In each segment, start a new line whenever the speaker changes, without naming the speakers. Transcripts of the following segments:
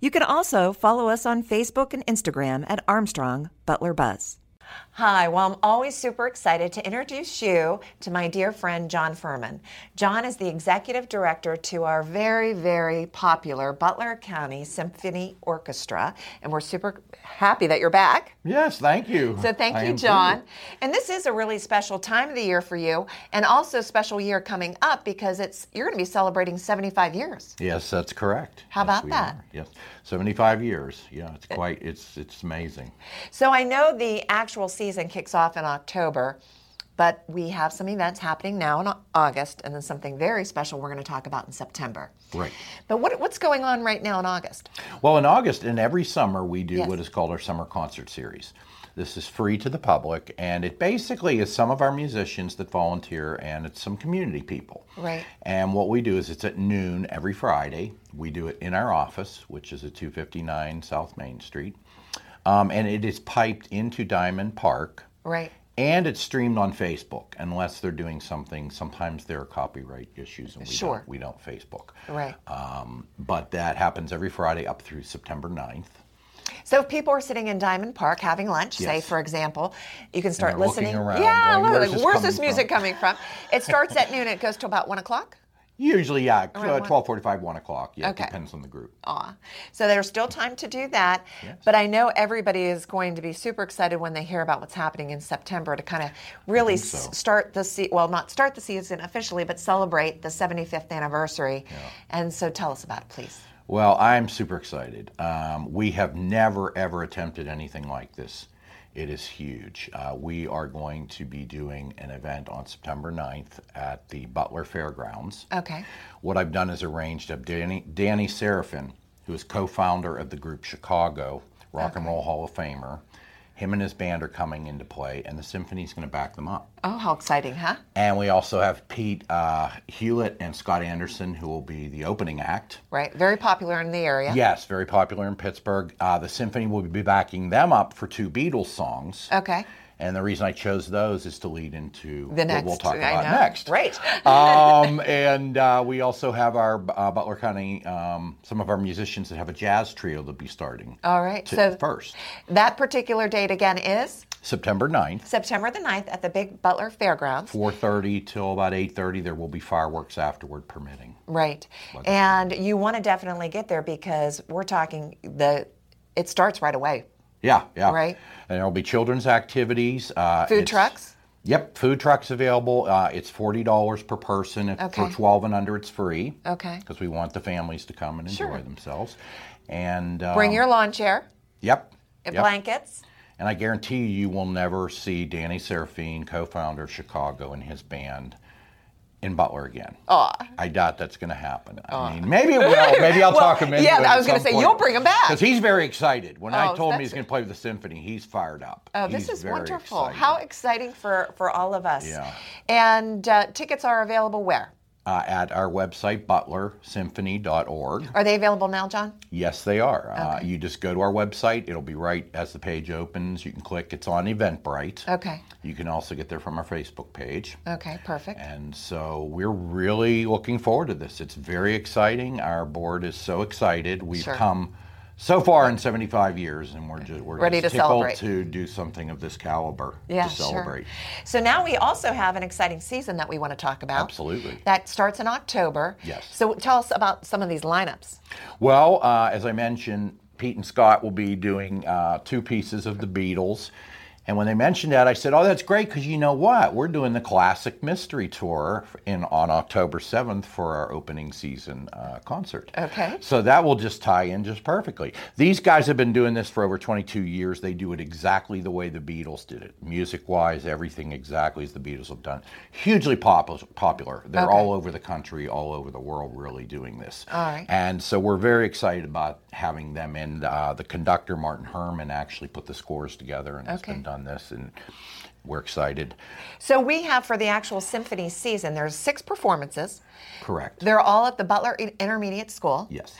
You can also follow us on Facebook and Instagram at Armstrong Butler Buzz. Hi, well, I'm always super excited to introduce you to my dear friend John Furman. John is the executive director to our very, very popular Butler County Symphony Orchestra, and we're super happy that you're back.
Yes, thank you.
So thank
I
you,
am
John.
too.
And this is a really special time of the year for you, and also special year coming up because it's you're going to be celebrating 75 years.
Yes, that's correct.
How
Yes,
about
we
that?
are. Yes, seventy-five years. Yeah, it's quite. It's it's amazing.
So I know the actual season kicks off in October, but we have some events happening now in Au- August, and then something very special we're going to talk about in September.
Right.
But what, what's going on right now in August?
Well, in August and every summer, we do
Yes.
what is called our summer concert series. This is free to the public, and it basically is some of our musicians that volunteer, and it's some community people.
Right.
And what we do is it's at noon every Friday. We do it in our office, which is at 259 South Main Street, um, and it is piped into Diamond Park.
Right.
And it's streamed on Facebook, unless they're doing something. Sometimes there are copyright issues, and we
Sure.
don't, we don't Facebook.
Right.
Um, but that happens every Friday up through September 9th.
So if people are sitting in Diamond Park having lunch, say
Yes.
for example, you can start
they're looking
listening.
around,
yeah,
going,
look,
"Where's
like,
this
where's
coming
this music
from?"
coming from? It starts at noon. It goes to about one o'clock.
Usually, yeah,
Around
uh,
one.
12:45, 1 o'clock. Yeah,
Okay.
it depends on the group.
Aw. So there's still time to do that. But I know everybody is going to be super excited when they hear about what's happening in September to kind of really
think so.
s- start the se- well, not start the season officially, but celebrate the 75th anniversary. And so tell us about it, please.
Well, I'm super excited. Um, we have never ever attempted anything like this. It is huge. Uh, we are going to be doing an event on September 9th at the Butler Fairgrounds.
Okay.
What I've done is arranged of Danny, Danny Seraphin, who is co-founder of the group Chicago Rock and Roll Hall of Famer. Him and his band are coming into play, and the symphony's going to back them up.
Oh, how exciting, huh?
And we also have Pete uh, Hewlett and Scott Anderson, who will be the opening act.
Right. Very popular in the area.
Yes, very popular in Pittsburgh. Uh, the symphony will be backing them up for two Beatles songs.
Okay.
And the reason I chose those is to lead into
The next.
what we'll talk
I
about
know.
next.
Great.
um, and uh, we also have our uh, Butler County, um, some of our musicians that have a jazz trio that'll be starting
All right.
to-
Oh, so
first,
that particular date again is
September 9th,
September the 9th at the Big Butler Fairgrounds.
4.30 till about 8.30. There will be fireworks afterward permitting.
Right. And you want to definitely get there because we're talking the it starts right away.
Yeah, yeah.
Right.
And there'll be children's activities. Uh,
Food
it's-
trucks?
Yep, food trucks available. Uh, it's forty dollars per person. If
Okay.
For twelve and under, it's free.
Okay.
Because we want the families to come and enjoy
Sure.
themselves. And um,
Bring your lawn chair
yep.
and
yep.
blankets.
And I guarantee you, you will never see Danny Seraphine, co-founder of Chicago, and his band in Butler again. Oh. I doubt that's going to happen. I mean, maybe it will. Maybe I'll
Oh. Well,
talk him into
yeah,
it.
I was gonna
going to
say, you'll bring him back.
because he's very excited. When
Oh,
I told him
that's-
he's going to play with the symphony, he's fired up.
Oh, this
He's
is
very
wonderful.
excited.
How exciting for for all of us.
Yeah.
And uh, tickets are available where?
uh, at our website, butlersymphony.org.
Are they available now, John?
Yes, they are. Uh, you just go to our website. It'll be right as the page opens. You can click. It's on Eventbrite.
Okay.
You can also get there from our Facebook page.
Okay, perfect.
And so we're really looking forward to this. It's very exciting. Our board is so excited. We've
Sure.
come so far in 75 years, and we're just we're
Ready
just
to
tickled
celebrate.
to do something of this caliber
Yeah,
to celebrate.
sure. So now we also have an exciting season that we want to talk about.
Absolutely.
That starts in October.
Yes.
So tell us about some of these lineups.
Well, uh, as I mentioned, Pete and Scott will be doing uh, two pieces of the Beatles, And when they mentioned that, I said, "Oh, that's great because you know what? We're doing the classic mystery tour in on October 7th for our opening season uh, concert."
Okay.
So that will just tie in just perfectly. These guys have been doing this for over 22 years. They do it exactly the way the Beatles did it, music-wise, everything exactly as the Beatles have done. Hugely pop- popular. They're
Okay.
all over the country, all over the world, really doing this.
All right.
And so we're very excited about having them in. Uh, the conductor, Martin Herman, actually put the scores together and has
Okay.
been done this, and we're excited.
So we have for the actual symphony season, there's six performances.
Correct.
They're all at the Butler I- Intermediate School.
yes.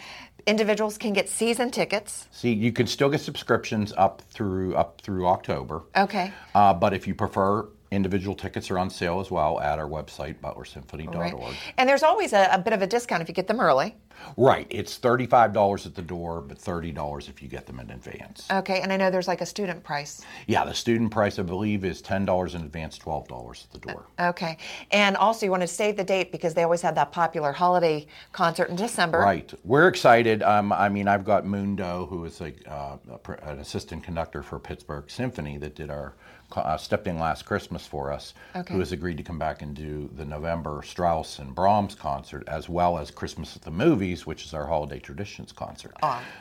Individuals can get season tickets.
See, you can still get subscriptions up through up through October.
Okay.
Uh, but if you prefer, individual tickets are on sale as well at our website, butlersymphony.org.
Right. And there's always a, a bit of a discount if you get them early.
Right. It's $35 at the door, but $30 if you get them in advance.
Okay. And I know there's like a student price.
yeah, the student price, I believe, is $10 in advance, $12 at the
uh,
door.
Okay. And also, you want to save the date because they always have that popular holiday concert in December.
Right. We're excited. Um, I mean, I've got Mundo, who is a, uh, a pr- an assistant conductor for Pittsburgh Symphony that did our co- uh, stepped in last Christmas for us,
Okay.
who has agreed to come back and do the November Strauss and Brahms concert, as well as Christmas at the Movies, which is our holiday traditions concert.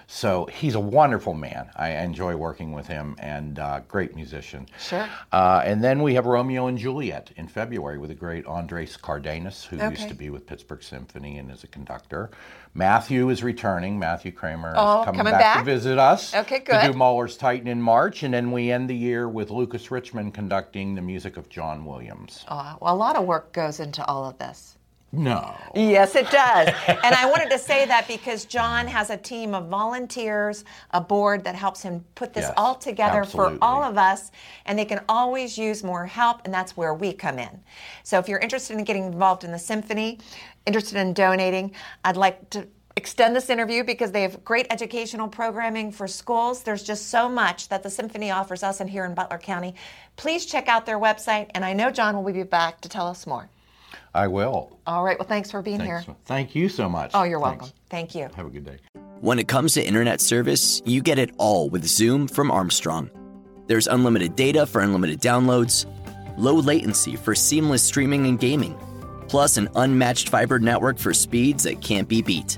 So he's a wonderful man. I enjoy working with him and uh, great musician.
Sure.
Uh, and then we have Romeo and Juliet in February with the great Andres Cardenas, who
Okay.
used to be with Pittsburgh Symphony and is a conductor. Matthew is returning. Matthew Kramer
Oh,
is coming,
coming
back,
back?
to visit us.
Okay,
To
good.
do Mahler's Titan in March, and then we end the year with Lucas Richmond conducting the music of John Williams.
Uh, well, a lot of work goes into all of this.
No.
Yes, it does. and I wanted to say that because John has a team of volunteers, a board that helps him put this
Yes,
all together
absolutely.
for all of us, and they can always use more help, and that's where we come in. So if you're interested in getting involved in the symphony, interested in donating, I'd like to extend this interview because they have great educational programming for schools. There's just so much that the symphony offers us and here in Butler County. Please check out their website, and I know John will be back to tell us more.
I will.
All right, well, thanks for being here.
Thanks. Thank you so much.
Oh, you're
Thanks.
welcome. Thank you.
Have a good day.
When it comes to internet service, you get it all with Zoom from Armstrong. There's unlimited data for unlimited downloads, low latency for seamless streaming and gaming, plus an unmatched fiber network for speeds that can't be beat.